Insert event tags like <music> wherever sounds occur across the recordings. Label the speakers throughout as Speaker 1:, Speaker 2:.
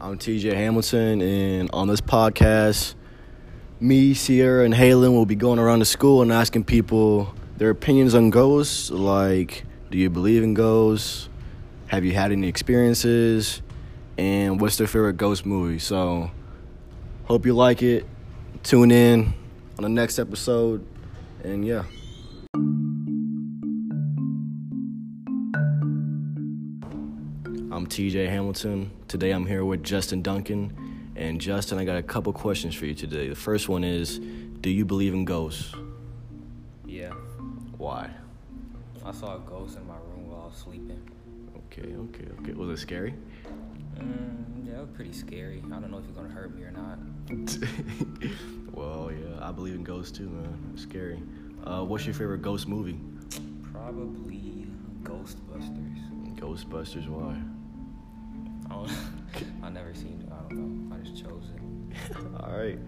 Speaker 1: I'm TJ Hamilton, and on this podcast, me, Sierra, and Halen will be going around the school and asking people their opinions on ghosts. Like, do you believe in ghosts? Have you had any experiences? And what's their favorite ghost movie? So, hope you like it. Tune in on the next episode, and yeah. I'm TJ Hamilton. Today I'm here with Justin Duncan. And Justin, I got a couple questions for you today. The first one is Do you believe in ghosts?
Speaker 2: Yeah,
Speaker 1: Why?
Speaker 2: I saw a ghost in my room while I was sleeping.
Speaker 1: Okay, okay, okay. Was it scary? <laughs>
Speaker 2: Mm, yeah, it was pretty scary. I don't know if you're gonna hurt me or not.
Speaker 1: well, yeah, I believe in ghosts too, man. It's scary. Uh, what's your favorite ghost movie?
Speaker 2: Probably Ghostbusters. <laughs>
Speaker 1: Ghostbusters, why? <laughs>
Speaker 2: I don't. I never seen it. I don't know. I just chose it.
Speaker 1: All right.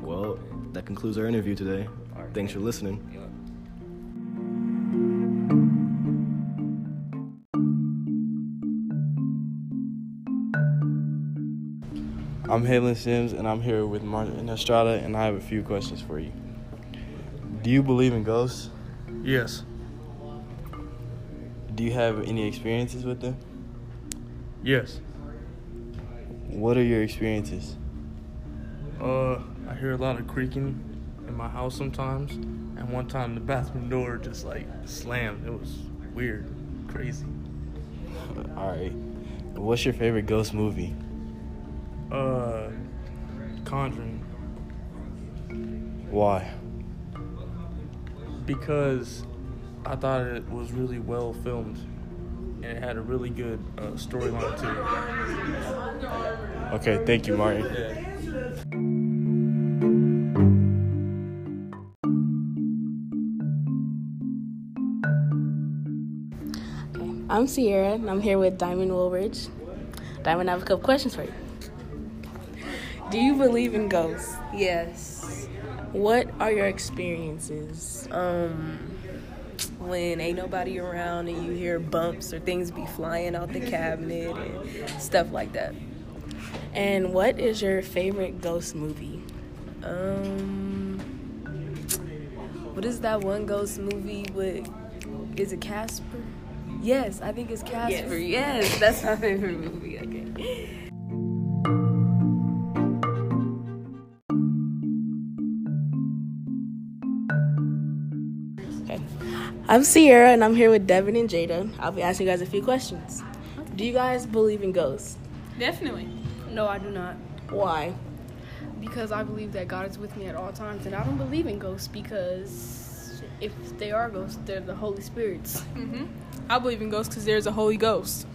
Speaker 1: Well, that concludes our interview today.
Speaker 2: All right.
Speaker 1: Thanks for listening.
Speaker 2: Yeah.
Speaker 3: I'm Halen Sims, and I'm here with Martin Estrada, and I have a few questions for you. Do you believe in ghosts?
Speaker 4: Yes.
Speaker 3: Do you have any experiences with them?
Speaker 4: Yes.
Speaker 3: What are your experiences?
Speaker 4: Uh, I hear a lot of creaking in my house sometimes, and one time the bathroom door just like slammed. It was weird, crazy.
Speaker 3: All right. What's your favorite ghost movie?
Speaker 4: Uh, Conjuring
Speaker 3: Why?
Speaker 4: because I thought it was really well filmed, and it had a really good uh, storyline too.
Speaker 3: Okay, thank you, Martin.
Speaker 5: I'm Sierra, and I'm here with Diamond Woolridge. Diamond, I have a couple questions for you. Do you believe in ghosts?
Speaker 6: Yes.
Speaker 5: What are your experiences?
Speaker 6: Um when ain't nobody around and you hear bumps or things be flying out the cabinet and stuff like that.
Speaker 5: And what is your favorite ghost movie?
Speaker 6: Um what is that one ghost movie with is it Casper? Yes, I think it's Casper. Yes, that's my <laughs> favorite movie. Okay.
Speaker 5: Okay. I'm Sierra, and I'm here with Devin and Jada. I'll be asking you guys a few questions. Do you guys believe in ghosts?
Speaker 7: Definitely. No, I do not.
Speaker 5: Why?
Speaker 7: Because I believe that God is with me at all times, and I don't believe in ghosts because if they are ghosts, they're the Holy Spirits.
Speaker 8: I believe in ghosts because there's a Holy Ghost.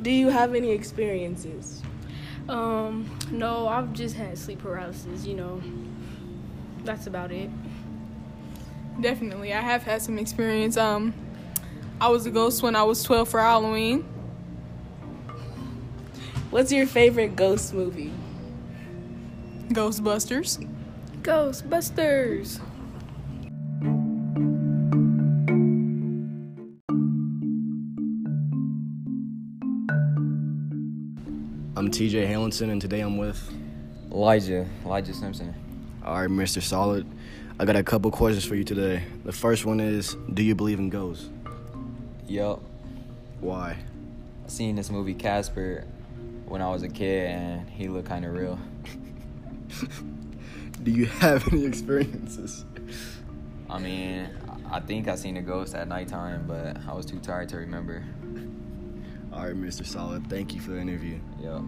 Speaker 5: Do you have any experiences?
Speaker 7: Um, no, I've just had sleep paralysis, you know. That's about it.
Speaker 8: Definitely, I have had some experience. Um, I was a ghost when I was 12 for Halloween.
Speaker 5: What's your favorite ghost movie?
Speaker 8: Ghostbusters.
Speaker 7: Ghostbusters!
Speaker 1: I'm TJ Hamilton, and today I'm with
Speaker 2: Elijah, Elijah Simpson.
Speaker 1: All right, Mr. Solid. I got a couple questions for you today. The first one is Do you believe in ghosts?
Speaker 9: Yup.
Speaker 1: Why?
Speaker 9: I seen this movie Casper when I was a kid and he looked kind of real.
Speaker 1: Do you <laughs> have any experiences?
Speaker 9: I mean, I I think I seen a ghost at nighttime, but I was too tired to remember.
Speaker 1: All right, Mr. Solid, thank you for the interview.
Speaker 9: Yup.